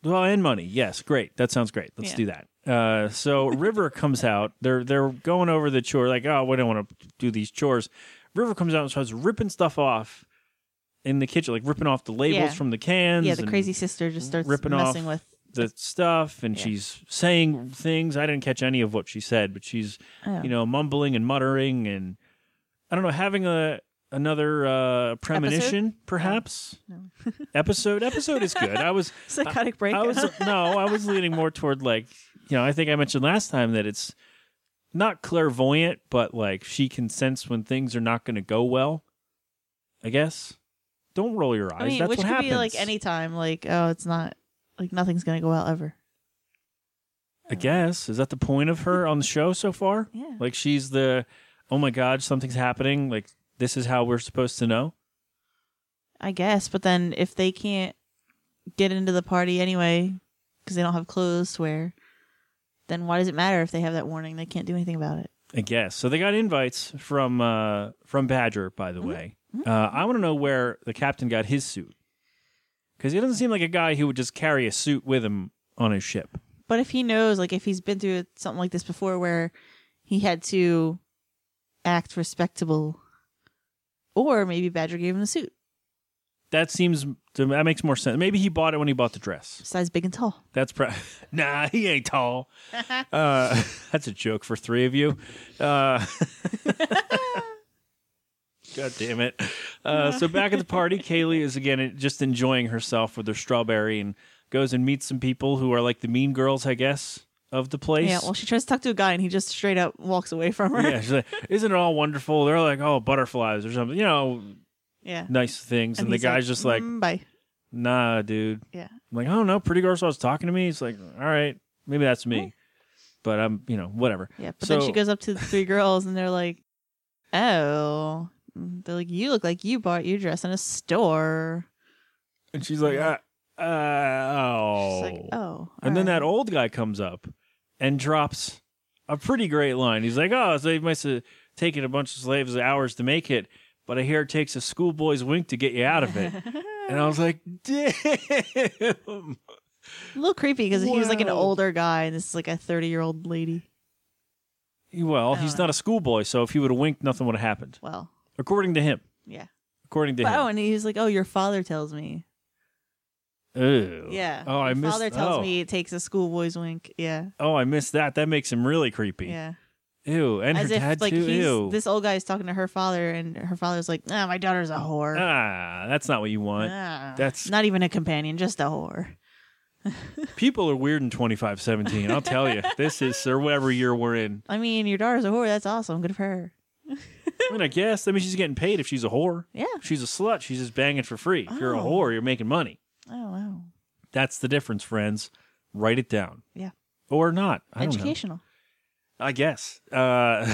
Speaker 2: Well, and money. Yes, great. That sounds great. Let's
Speaker 3: Yeah.
Speaker 2: do that. Uh, so River comes out. They're they're going over the chore. Like, oh, we don't want to do these chores. River comes out and starts ripping stuff off in the kitchen, like ripping off the labels
Speaker 3: Yeah.
Speaker 2: from the cans.
Speaker 3: yeah, the
Speaker 2: and
Speaker 3: crazy sister just starts
Speaker 2: ripping
Speaker 3: messing
Speaker 2: off
Speaker 3: with.
Speaker 2: the stuff, and
Speaker 3: Yeah.
Speaker 2: she's saying things. I didn't catch any of what she said, but she's
Speaker 3: Oh.
Speaker 2: you know mumbling and muttering, and I don't know, having a another uh, premonition, perhaps
Speaker 3: No.
Speaker 2: episode. Episode is good. I was
Speaker 3: psychotic break.
Speaker 2: I was no, I was leaning more toward like you know I think I mentioned last time that it's not clairvoyant, but like she can sense when things are not going to go well. I guess. Don't roll your eyes.
Speaker 3: I mean,
Speaker 2: That's
Speaker 3: which
Speaker 2: what
Speaker 3: could
Speaker 2: happens.
Speaker 3: be like any time. Like, oh, it's not like nothing's gonna go well ever.
Speaker 2: I guess is that the point of her on the show so far?
Speaker 3: Yeah.
Speaker 2: Like she's the oh my god, something's happening. Like this is how we're supposed to know.
Speaker 3: I guess, but then if they can't get into the party anyway because they don't have clothes to wear, then why does it matter if they have that warning? They can't do anything about it.
Speaker 2: I guess. So they got invites from uh from Badger, by the way. Uh I want to know where the captain got his suit. Cuz he doesn't seem like a guy who would just carry a suit with him on his ship.
Speaker 3: But if he knows, like, if he's been through something like this before where he had to act respectable. Or maybe Badger gave him the suit.
Speaker 2: That seems that makes more sense. Maybe he bought it when he bought the dress.
Speaker 3: Besides big and tall.
Speaker 2: That's pro- nah. He ain't tall. Uh, that's a joke for three of you. Uh, God damn it. Uh, so back at the party, Kaylee is again just enjoying herself with her strawberry and goes and meets some people who are like the mean girls, I guess, of the place.
Speaker 3: Yeah, well, she tries to talk to a guy and he just straight up walks away from her.
Speaker 2: Yeah, she's like, isn't it all wonderful? They're like, oh, butterflies or something, you know,
Speaker 3: Yeah.
Speaker 2: nice things. And, the
Speaker 3: he's
Speaker 2: guy's just like,
Speaker 3: "Mm, bye.
Speaker 2: nah, dude.
Speaker 3: Yeah.
Speaker 2: I'm like, oh no, pretty girl starts talking to me. He's like, all right, maybe that's me. But I'm, you know, whatever.
Speaker 3: Yeah. But
Speaker 2: So-
Speaker 3: then she goes up to the three girls and they're like, oh. They're like, you look like you bought your dress in a store.
Speaker 2: And she's like, ah, uh, oh.
Speaker 3: She's like, oh.
Speaker 2: And then that
Speaker 3: alright."
Speaker 2: old guy comes up and drops a pretty great line. He's like, "Oh, so it must have taken a bunch of slaves hours to make it, but I hear it takes a schoolboy's wink to get you out of it." and I was like, "Damn!"
Speaker 3: a little creepy because he was like an
Speaker 2: Wow.
Speaker 3: older guy and this is like a 30 year old lady.
Speaker 2: Well,
Speaker 3: I
Speaker 2: he's
Speaker 3: don't know.
Speaker 2: not a schoolboy, so if he would have winked, nothing would have happened,
Speaker 3: Well,
Speaker 2: according to him.
Speaker 3: yeah.
Speaker 2: According to
Speaker 3: But, oh,
Speaker 2: him.
Speaker 3: and he was like, oh, your father tells me.
Speaker 2: Ew.
Speaker 3: Yeah.
Speaker 2: Oh, I
Speaker 3: Your
Speaker 2: missed.
Speaker 3: Father tells
Speaker 2: oh.
Speaker 3: me it takes a schoolboy's wink. Yeah.
Speaker 2: Oh, I missed that. That makes him really creepy.
Speaker 3: Yeah.
Speaker 2: Ew. And
Speaker 3: As
Speaker 2: her
Speaker 3: if
Speaker 2: dad
Speaker 3: like
Speaker 2: too.
Speaker 3: he's
Speaker 2: Ew.
Speaker 3: this old guy is talking to her father, and her father's like, "Ah, my daughter's a whore.
Speaker 2: ah, that's not what you want.
Speaker 3: Ah,
Speaker 2: that's-
Speaker 3: not even a companion, just a whore."
Speaker 2: People are weird in 2517. I'll tell you. This is or whatever year we're in.
Speaker 3: I mean, your daughter's a whore. That's awesome. Good for her.
Speaker 2: I mean, I guess. I mean, she's getting paid if she's a whore.
Speaker 3: Yeah.
Speaker 2: If she's a slut, she's just banging for free. If you're a
Speaker 3: Oh.
Speaker 2: whore, you're making money.
Speaker 3: Oh wow.
Speaker 2: That's the difference, friends. Write it down.
Speaker 3: Yeah.
Speaker 2: Or not. I don't know.
Speaker 3: Educational.
Speaker 2: I guess. Uh,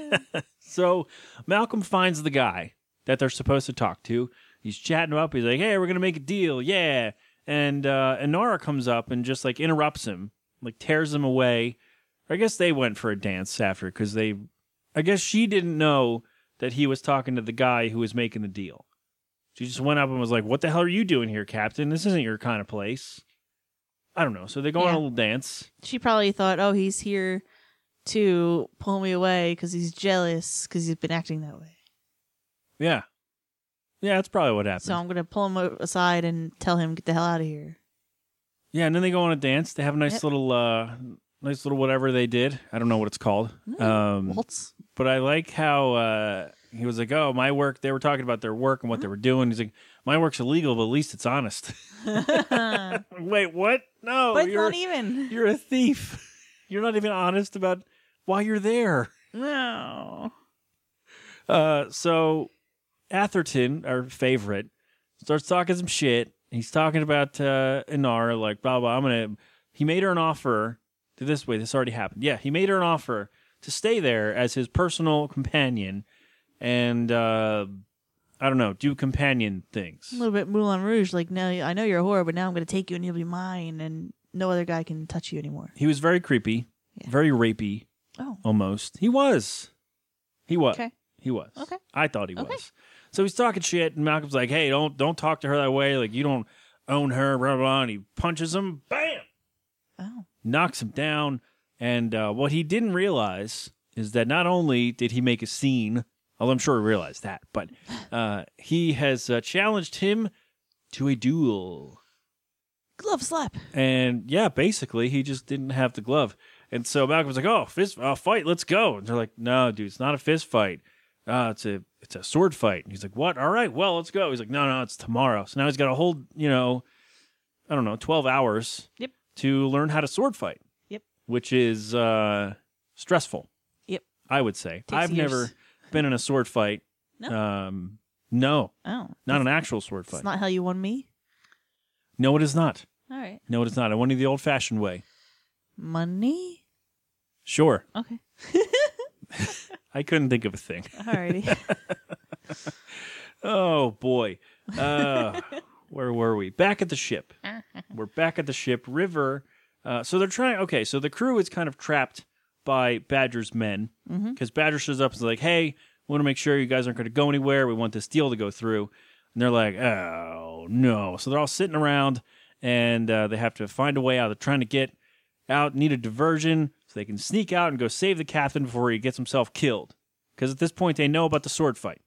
Speaker 2: so Malcolm finds the guy that they're supposed to talk to. He's chatting him up. He's like, "Hey, we're gonna make a deal, yeah." And uh, Inara comes up and just like interrupts him, like tears him away. I guess they went for a dance after because they, I guess she didn't know that he was talking to the guy who was making the deal. She just went up and was like, "What the hell are you doing here, Captain? This isn't your kind of place." I don't know. So they go on
Speaker 3: Yeah.
Speaker 2: a little dance.
Speaker 3: She probably thought, "Oh, he's here to pull me away because he's jealous because he's been acting that way.
Speaker 2: Yeah, yeah, that's probably what happened.
Speaker 3: So I'm gonna pull him o- aside and tell him get the hell out of here."
Speaker 2: Yeah, and then they go on a dance. They have a nice
Speaker 3: Yep.
Speaker 2: little, uh, nice little whatever they did. I don't know what it's called.
Speaker 3: Mm.
Speaker 2: Um,
Speaker 3: Waltz.
Speaker 2: but I like how uh, he was like, "Oh, my work." They were talking about their work and what they were doing. He's like, "My work's illegal, but at least it's honest."
Speaker 3: but
Speaker 2: Wait, what? No,
Speaker 3: it's
Speaker 2: Oh, you're
Speaker 3: not e even.
Speaker 2: you're a thief. You're not even honest about why you're there.
Speaker 3: No.
Speaker 2: Uh, so Atherton, our favorite, starts talking some shit. He's talking about uh, Inara, like blah blah. I'm gonna. He made her an offer. To this way, this already happened. Yeah, he made her an offer to stay there as his personal companion, and uh, I don't know, do companion things.
Speaker 3: a little bit Moulin Rouge, like, no, I know you're a whore, but now I'm going to take you and you'll be mine, and no other guy can touch you anymore.
Speaker 2: He was very creepy,
Speaker 3: Yeah.
Speaker 2: very rapey,
Speaker 3: Oh,
Speaker 2: almost. He was. He was.
Speaker 3: okay.
Speaker 2: He was.
Speaker 3: Okay.
Speaker 2: I thought he
Speaker 3: Okay.
Speaker 2: was. So he's talking shit, and Malcolm's like, "Hey, don't don't talk to her that way. Like you don't own her." Blah blah. blah. And he punches him. Bam!
Speaker 3: Oh,
Speaker 2: Knocks him down. And uh, what he didn't realize is that not only did he make a scene, although I'm sure he realized that, but uh, he has uh, challenged him to a duel.
Speaker 3: glove slap.
Speaker 2: And yeah, basically, he just didn't have the glove. And so Malcolm's like, "Oh, fist uh, fight, let's go." And they're like, "No, dude, it's not a fist fight. Uh, it's a it's a sword fight." And he's like, "What? All right, well, let's go." He's like, "No, no, it's tomorrow." So now he's got a whole, you know, I don't know, twelve hours
Speaker 3: Yep.
Speaker 2: to learn how to sword fight.
Speaker 3: Yep.
Speaker 2: Which is uh, stressful.
Speaker 3: Yep.
Speaker 2: I would say
Speaker 3: Takes
Speaker 2: I've
Speaker 3: years.
Speaker 2: never been in a sword fight.
Speaker 3: No?
Speaker 2: Um, no,
Speaker 3: Oh,
Speaker 2: not an actual sword
Speaker 3: that's
Speaker 2: fight.
Speaker 3: not how you won me.
Speaker 2: no, it is not.
Speaker 3: All right.
Speaker 2: No, it is not. I want you the old-fashioned way.
Speaker 3: Money?
Speaker 2: Sure.
Speaker 3: Okay.
Speaker 2: I couldn't think of a thing.
Speaker 3: Alrighty.
Speaker 2: Oh boy. Uh, where were we? Back at the ship. We're back at the ship. River. Uh, so they're trying. Okay, so the crew is kind of trapped by Badger's men
Speaker 3: Mhm.
Speaker 2: because Badger shows up and is like, "Hey, we want to make sure you guys aren't going to go anywhere. We want this deal to go through." And they're like, "Oh no!" So they're all sitting around and uh, they have to find a way out. They're trying to get out, need a diversion so they can sneak out and go save the captain before he gets himself killed. Because at this point, they know about the sword fight.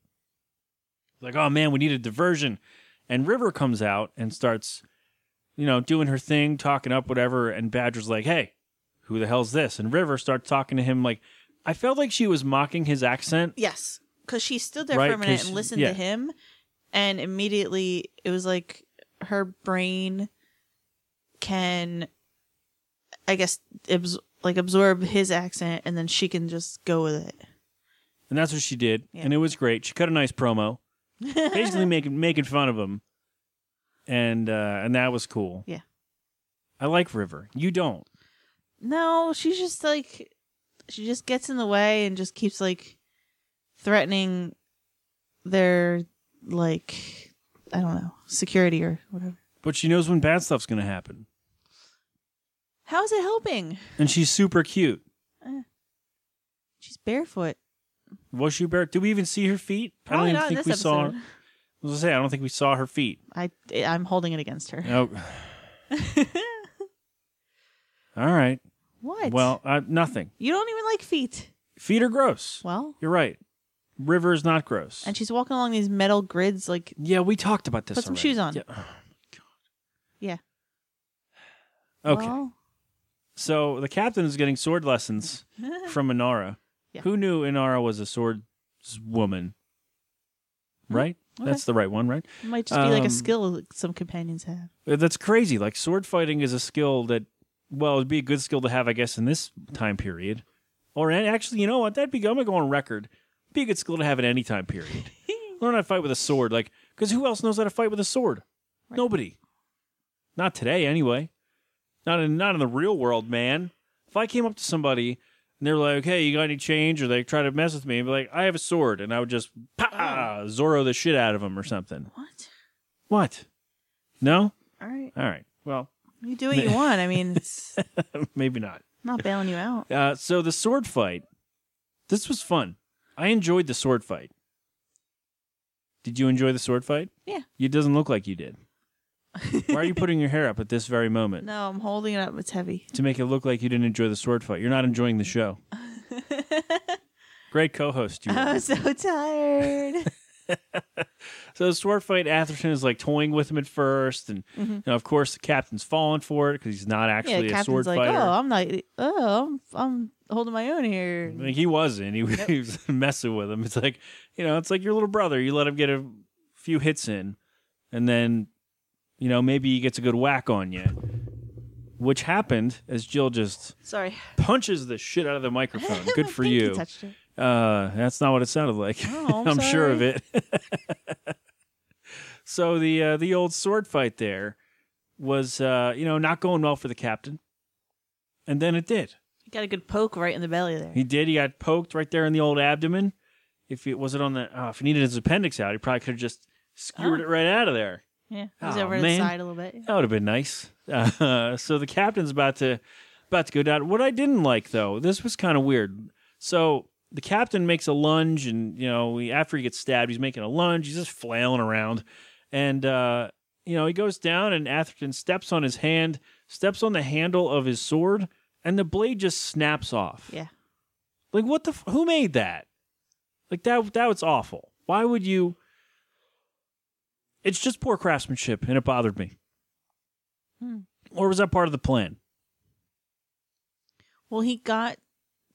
Speaker 2: Like, oh man, we need a diversion. And River comes out and starts, you know, doing her thing, talking up, whatever. And Badger's like, hey, who the hell's this? And River starts talking to him like, I felt like she was mocking his accent.
Speaker 3: Yes, because she stood there
Speaker 2: Right,
Speaker 3: for a
Speaker 2: 'cause
Speaker 3: minute
Speaker 2: she-
Speaker 3: and listened
Speaker 2: yeah.
Speaker 3: to him, and immediately it was like her brain can, I guess, abs- like absorb his accent, and then she can just go with it.
Speaker 2: And that's what she did.
Speaker 3: Yeah.
Speaker 2: And it was great. She cut a nice promo, basically making making fun of him. And uh, and that was cool.
Speaker 3: Yeah.
Speaker 2: I like River. You don't.
Speaker 3: No, she's just like she just gets in the way and just keeps like threatening their like I don't know, security or whatever.
Speaker 2: But she knows when bad stuff's gonna happen.
Speaker 3: How is it helping?
Speaker 2: And she's super cute.
Speaker 3: She's barefoot.
Speaker 2: Was she bare? Did we even see her feet?
Speaker 3: Probably
Speaker 2: I
Speaker 3: not
Speaker 2: don't even
Speaker 3: in
Speaker 2: think
Speaker 3: this
Speaker 2: we saw.
Speaker 3: episode.
Speaker 2: Her. I was gonna say I don't think we saw her feet.
Speaker 3: I I'm holding it against her.
Speaker 2: Oh. All right.
Speaker 3: What?
Speaker 2: Well, uh, nothing.
Speaker 3: you don't even like feet.
Speaker 2: Feet are gross.
Speaker 3: Well,
Speaker 2: You're right. River is not gross.
Speaker 3: and she's walking along these metal grids like
Speaker 2: yeah, we talked about this.
Speaker 3: Put some
Speaker 2: already.
Speaker 3: shoes on.
Speaker 2: Yeah.
Speaker 3: yeah.
Speaker 2: Okay.
Speaker 3: well,
Speaker 2: So the captain is getting sword lessons from Inara.
Speaker 3: Yeah.
Speaker 2: Who knew Inara was a swords woman? Right?
Speaker 3: Hmm. okay.
Speaker 2: That's the right one, right?
Speaker 3: it might just be like
Speaker 2: Um,
Speaker 3: a skill that some companions have.
Speaker 2: Uh, That's crazy. Like sword fighting is a skill that, well, it'd be a good skill to have, I guess, in this time period. Or and actually, you know what? That'd be. I'm gonna go on record. Be a good skill to have at any time period. Learn how to fight with a sword, like because who else knows how to fight with a sword?
Speaker 3: Right.
Speaker 2: Nobody. Not today, anyway. Not in not in the real world, man. If I came up to somebody and they were like, "Hey, you got any change?" or they try to mess with me, and be like, "I have a sword," and I would just pa Zorro the shit out of them or something.
Speaker 3: What?
Speaker 2: What? No.
Speaker 3: All right.
Speaker 2: All right. Well,
Speaker 3: You do what you want. I mean, it's I'm
Speaker 2: maybe not.
Speaker 3: not bailing you out.
Speaker 2: Uh, so the sword fight. This was fun. I enjoyed the sword fight. Did you enjoy the sword fight?
Speaker 3: Yeah.
Speaker 2: It doesn't look like you did. Why are you putting your hair up at this very moment
Speaker 3: No, I'm holding it up. It's heavy.
Speaker 2: to make it look like you didn't enjoy the sword fight? You're not enjoying the show. Great co-host you are.
Speaker 3: I'm so tired.
Speaker 2: So the sword fight, Atherton is like toying with him at first, and you know, of course the captain's falling for it because he's not
Speaker 3: Mm-hmm.
Speaker 2: actually
Speaker 3: yeah,
Speaker 2: a sword
Speaker 3: captain's like,
Speaker 2: fighter.
Speaker 3: oh, I'm not. Oh, I'm, I'm holding my own here.
Speaker 2: Like he wasn't. He, was- he was messing with him. It's like you know, it's like your little brother. You let him get a few hits in, and then you know maybe he gets a good whack on you, which happened as Jill just
Speaker 3: Sorry.
Speaker 2: punches the shit out of the microphone. Good
Speaker 3: My
Speaker 2: for
Speaker 3: pinky
Speaker 2: you.
Speaker 3: touched it.
Speaker 2: Uh, that's not what it sounded like.
Speaker 3: Oh, I'm
Speaker 2: sure of it. so the uh, the old sword fight there was uh, you know not going well for the captain, and then it did.
Speaker 3: You got a good poke right in the belly there.
Speaker 2: He did. He got poked right there in the old abdomen. If it was it on the oh, if he needed his appendix out, he probably could have just skewered
Speaker 3: Oh.
Speaker 2: it right out of there.
Speaker 3: yeah, he's
Speaker 2: Aw,
Speaker 3: over to
Speaker 2: man.
Speaker 3: the side a little bit.
Speaker 2: That would have been nice. Uh, so the captain's about to about to go down. What I didn't like though, this was kind of weird. So the captain makes a lunge, and you know, he, after he gets stabbed, he's making a lunge. He's just flailing around, and uh, you know, he goes down, and Atherton steps on his hand, steps on the handle of his sword, and the blade just snaps off.
Speaker 3: Yeah.
Speaker 2: Like what the f- who made that? Like that that was awful. Why would you It's just poor craftsmanship and it bothered me.
Speaker 3: Hmm.
Speaker 2: Or was that part of the plan?
Speaker 3: Well, he got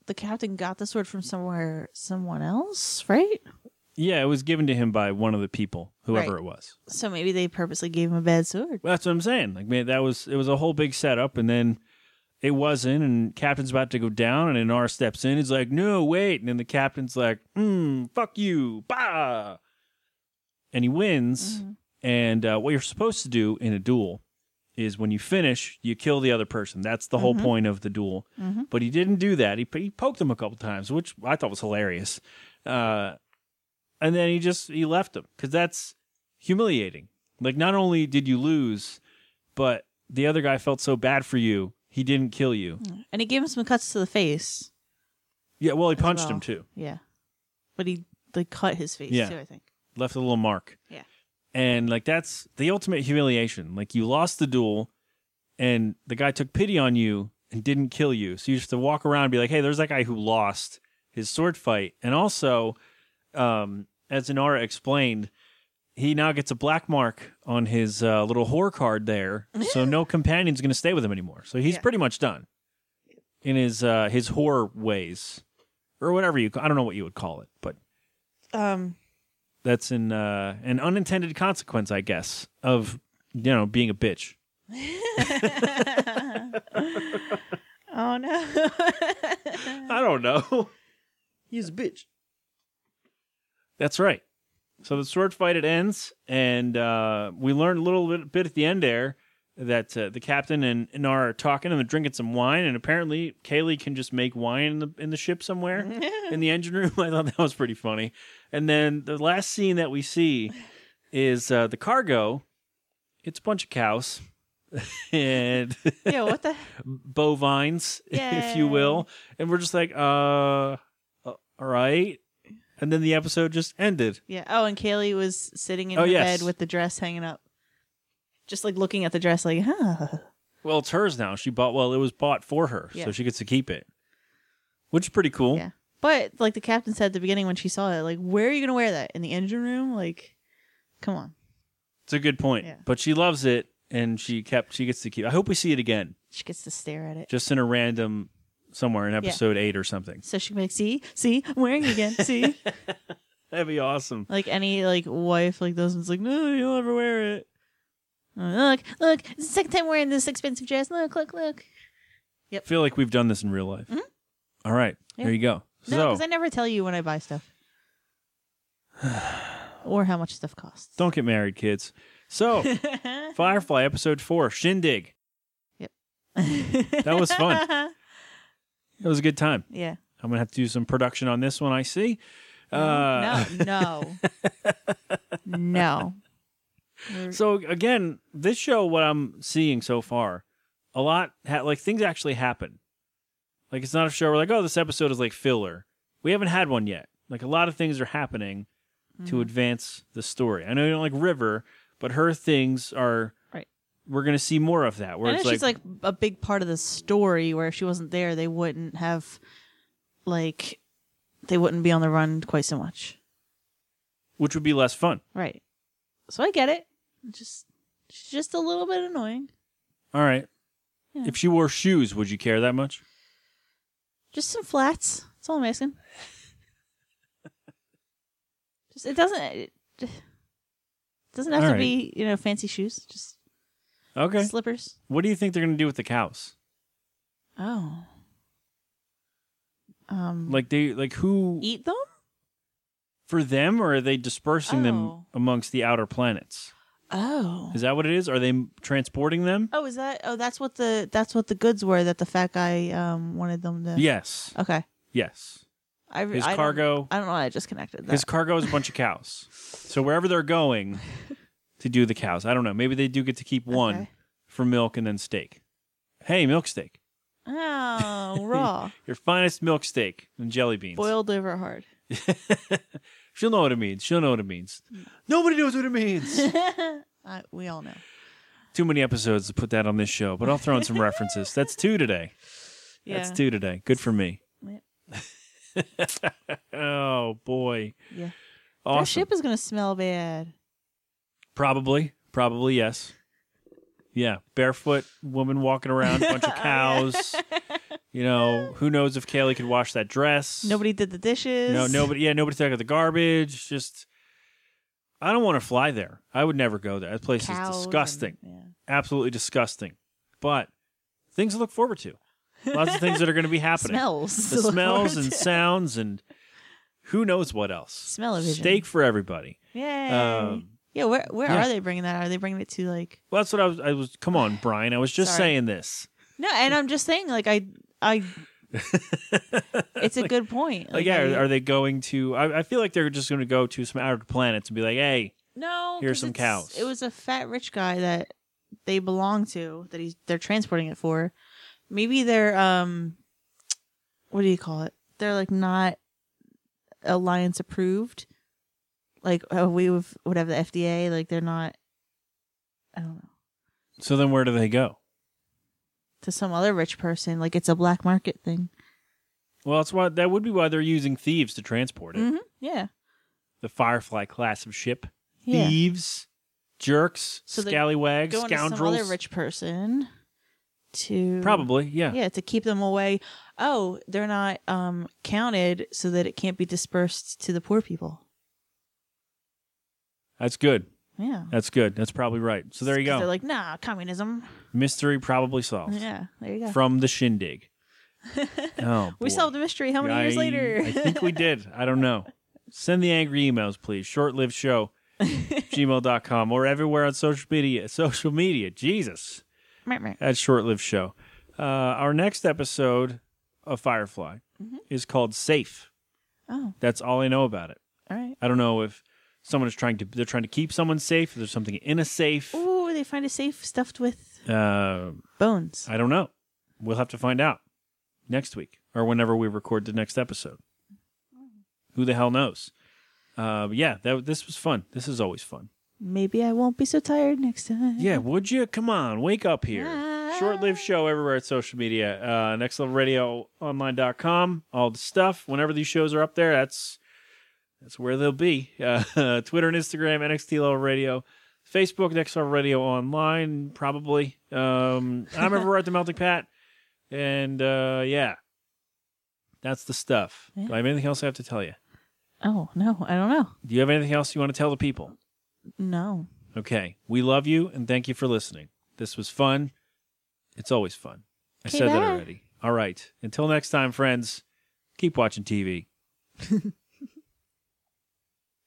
Speaker 3: the captain got the sword from somewhere, someone else, right?
Speaker 2: Yeah, it was given to him by one of the people, whoever
Speaker 3: Right.
Speaker 2: it was.
Speaker 3: So maybe they purposely gave him a bad sword.
Speaker 2: Well, that's what I'm saying. Like man, that was it was a whole big setup and then it wasn't and captain's about to go down and Inara steps in. He's like, "No, wait." And then the captain's like, "Hmm, fuck you. Bah." And he wins.
Speaker 3: Mhm.
Speaker 2: And uh, what you're supposed to do in a duel is when you finish, you kill the other person. That's the whole point of the duel.
Speaker 3: Mhm.
Speaker 2: But he didn't do that. He, he poked him a couple times, which I thought was hilarious. Uh, and then he just he left him because that's humiliating. Like not only did you lose, but the other guy felt so bad for you, he didn't kill you.
Speaker 3: And he gave him some cuts to the face.
Speaker 2: Yeah, well, he
Speaker 3: As
Speaker 2: punched
Speaker 3: well.
Speaker 2: him too,
Speaker 3: Yeah, but he like cut his face
Speaker 2: Yeah.
Speaker 3: too. I think.
Speaker 2: left a little mark.
Speaker 3: Yeah.
Speaker 2: And like that's the ultimate humiliation. Like you lost the duel and the guy took pity on you and didn't kill you. So you just have to walk around and be like, hey, there's that guy who lost his sword fight, and also, um, as Inara explained, he now gets a black mark on his uh, little whore card there, so no companion's going to stay with him anymore. So he's
Speaker 3: Yeah.
Speaker 2: pretty much done in his uh, his whore ways, or whatever you. I don't know what you would call it, but
Speaker 3: Um,
Speaker 2: that's an uh, an unintended consequence, I guess, of you know being a bitch.
Speaker 3: oh no.
Speaker 2: I don't know.
Speaker 1: He's a bitch.
Speaker 2: That's right. So the sword fight it ends, and uh, we learn a little bit, bit at the end there that uh, the captain and Inara are talking, and they're drinking some wine, and apparently Kaylee can just make wine in the in the ship somewhere in the engine room. I thought that was pretty funny. And then the last scene that we see is uh, the cargo. It's a bunch of cows and
Speaker 3: yeah, what the
Speaker 2: bovines, if you will, and we're just like, uh, uh, all right. And then the episode just ended.
Speaker 3: Yeah. Oh, and Kaylee was sitting in
Speaker 2: Oh,
Speaker 3: her
Speaker 2: yes.
Speaker 3: bed with the dress hanging up. Just like looking at the dress like, huh.
Speaker 2: Well, it's hers now. She bought. Well, it was bought for her,
Speaker 3: Yeah.
Speaker 2: so she gets to keep it, which is pretty cool.
Speaker 3: Yeah. But like the captain said at the beginning when she saw it, like, where are you gonna wear that? In the engine room? Like, come on.
Speaker 2: It's a good point.
Speaker 3: Yeah.
Speaker 2: But she loves it, and she kept. She gets to keep. I hope we see it again,
Speaker 3: She gets to stare at it.
Speaker 2: just in a random somewhere in episode eight or something.
Speaker 3: So she can be like, see, see, I'm wearing it again, see?
Speaker 2: That'd be awesome.
Speaker 3: like any like wife like those ones like, no, you'll never wear it. Oh, look, look, it's the second time wearing this expensive dress. Look, look, look.
Speaker 2: I feel like we've done this in real life. All right,
Speaker 3: Mm-hmm. Yeah.
Speaker 2: there you go.
Speaker 3: No,
Speaker 2: so
Speaker 3: because I never tell you when I buy stuff. or how much stuff costs.
Speaker 2: don't get married, kids. So Firefly episode four, Shindig.
Speaker 3: that
Speaker 2: was fun. It was a good time.
Speaker 3: Yeah.
Speaker 2: I'm gonna have to do some production on this one. I see. Uh,
Speaker 3: no. No. no. We're-
Speaker 2: So again, this show, what I'm seeing so far, a lot ha- like things actually happen. Like it's not a show where like, oh, this episode is like filler. We haven't had one yet. Like a lot of things are happening
Speaker 3: Mm-hmm.
Speaker 2: to advance the story. I know you don't like River, but her things are
Speaker 3: Right.
Speaker 2: We're gonna see more of that. Where
Speaker 3: I know
Speaker 2: it's
Speaker 3: she's like a big part of the story where if she wasn't there, they wouldn't have, like, they wouldn't be on the run quite so much.
Speaker 2: which would be less fun.
Speaker 3: Right. So I get it. Just, she's just a little bit annoying.
Speaker 2: All right.
Speaker 3: Yeah.
Speaker 2: If she wore shoes, would you care that much?
Speaker 3: Just some flats. That's all I'm asking. Just it doesn't it doesn't have
Speaker 2: All
Speaker 3: to
Speaker 2: right.
Speaker 3: be you know fancy shoes. Just
Speaker 2: Okay.
Speaker 3: slippers.
Speaker 2: What do you think they're gonna do with the cows?
Speaker 3: Oh. Um.
Speaker 2: Like they like who
Speaker 3: eat them?
Speaker 2: for them, or are they dispersing them
Speaker 3: Oh.
Speaker 2: amongst the outer planets?
Speaker 3: Oh.
Speaker 2: Is that what it is? Are they m- transporting them?
Speaker 3: Oh, is that? Oh, that's what the that's what the goods were that the fat guy um wanted them to.
Speaker 2: Yes,
Speaker 3: Okay.
Speaker 2: yes.
Speaker 3: I re-
Speaker 2: His
Speaker 3: I don't-
Speaker 2: cargo,
Speaker 3: I don't know. why I just connected that.
Speaker 2: his cargo is a bunch of cows. So wherever they're going to do the cows, I don't know. Maybe they do get to keep one
Speaker 3: Okay.
Speaker 2: for milk and then steak. Hey, milk steak,
Speaker 3: Oh, raw,
Speaker 2: your finest milk steak and jelly beans.
Speaker 3: boiled over hard.
Speaker 2: She'll know what it means. She'll know what it means. Nobody knows what it means.
Speaker 3: I, we all know.
Speaker 2: Too many episodes to put that on this show, but I'll throw in some references. That's two today. That's two today. Good for me.
Speaker 3: Yeah.
Speaker 2: oh boy.
Speaker 3: Yeah. Our
Speaker 2: Awesome.
Speaker 3: ship is gonna smell bad.
Speaker 2: Probably. Probably yes. Yeah. Barefoot woman walking around, bunch of cows. you know, who knows if Kaylee could wash that dress.
Speaker 3: Nobody did the dishes.
Speaker 2: No, nobody yeah, nobody took out the garbage. Just I don't want to fly there. I would never go there. That place
Speaker 3: Cows
Speaker 2: is
Speaker 3: and-
Speaker 2: disgusting.
Speaker 3: yeah.
Speaker 2: Absolutely disgusting. But things to look forward to. Lots of things that are going to be happening.
Speaker 3: Smells.
Speaker 2: the smells and sounds and who knows what else.
Speaker 3: Smell of
Speaker 2: Steak for everybody.
Speaker 3: Yay.
Speaker 2: Um,
Speaker 3: yeah. Where where
Speaker 2: yeah.
Speaker 3: are they bringing that? Are they bringing it to like?
Speaker 2: Well, that's what I was. I was. Come on, Brian. I was just
Speaker 3: Sorry.
Speaker 2: saying this.
Speaker 3: No, and I'm just saying like I I. it's a good point.
Speaker 2: Like, yeah,
Speaker 3: I-
Speaker 2: are, are they going to? I, I feel like they're just going to go to some outer planets and be like, "Hey,
Speaker 3: no.
Speaker 2: Here's
Speaker 3: 'cause
Speaker 2: some
Speaker 3: it's-
Speaker 2: cows.
Speaker 3: It was a fat rich guy that they belong to that he's they're transporting it for. Maybe they're um, what do you call it? They're like not alliance approved. Like uh, we would would have the FDA. Like they're not. I don't know.
Speaker 2: so then where do they go?"
Speaker 3: to some other rich person. Like it's a black market thing.
Speaker 2: Well, that's why that would be why they're using thieves to transport it.
Speaker 3: hmm Yeah.
Speaker 2: The Firefly class of ship.
Speaker 3: Yeah.
Speaker 2: Thieves, jerks,
Speaker 3: So they're
Speaker 2: scallywags,
Speaker 3: Going to some
Speaker 2: scoundrels.
Speaker 3: other rich person to
Speaker 2: Probably, yeah.
Speaker 3: yeah to keep them away. Oh, they're not um counted so that it can't be dispersed to the poor people.
Speaker 2: That's good.
Speaker 3: Yeah.
Speaker 2: That's good. That's probably right. So there you
Speaker 3: 'Cause
Speaker 2: go.
Speaker 3: They're like, nah, communism.
Speaker 2: Mystery probably solved
Speaker 3: Yeah, there you go.
Speaker 2: from the shindig. oh,
Speaker 3: we
Speaker 2: boy.
Speaker 3: solved the mystery. How many years
Speaker 2: I-
Speaker 3: later?
Speaker 2: I think we did. I don't know. Send the angry emails, please. Short-lived show, gmail.com, or everywhere on social media. Social media, Jesus,
Speaker 3: Right, right.
Speaker 2: at short-lived show. Uh, our next episode of Firefly
Speaker 3: Mm-hmm.
Speaker 2: is called Safe.
Speaker 3: Oh,
Speaker 2: That's all I know about it.
Speaker 3: all right.
Speaker 2: I don't know if someone is trying to they're trying to keep someone safe. If there's something in a safe,
Speaker 3: Ooh, they find a safe stuffed with
Speaker 2: uh,
Speaker 3: bones.
Speaker 2: I don't know. We'll have to find out next week or whenever we record the next episode. Who the hell knows? Uh, but yeah, that this was fun. This is always fun.
Speaker 3: Maybe I won't be so tired next time.
Speaker 2: Yeah, would you come on? Wake up here.
Speaker 3: Ah.
Speaker 2: Short-lived show everywhere at social media. Uh, Next Level Radio Online.com. All the stuff. Whenever these shows are up there, that's that's where they'll be. Uh, Twitter and Instagram, NXT Level Radio, Facebook, Next Level Radio Online, probably. Um, I'm over at the Melting Pat, and uh, yeah, that's the stuff. Do I have anything else I have to tell you?
Speaker 3: Oh no, I don't know.
Speaker 2: Do you have anything else you want to tell the people?
Speaker 3: No.
Speaker 2: Okay. We love you and thank you for listening. This was fun. It's always fun. I
Speaker 3: Okay,
Speaker 2: said that
Speaker 3: bye.
Speaker 2: already. All right. Until next time, friends, keep watching TV.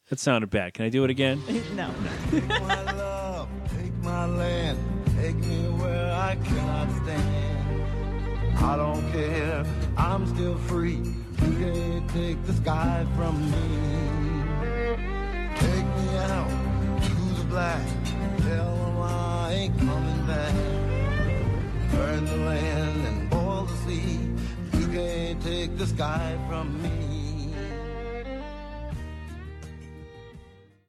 Speaker 2: that sounded bad. Can I do it again?
Speaker 3: no.
Speaker 1: Take my love, take my land, take me where I cannot stand. I don't care, I'm still free. You can't take the sky from me. Take me out to the black, tell 'em I ain't coming back. Burn the land and boil the sea. You can't take the sky from me.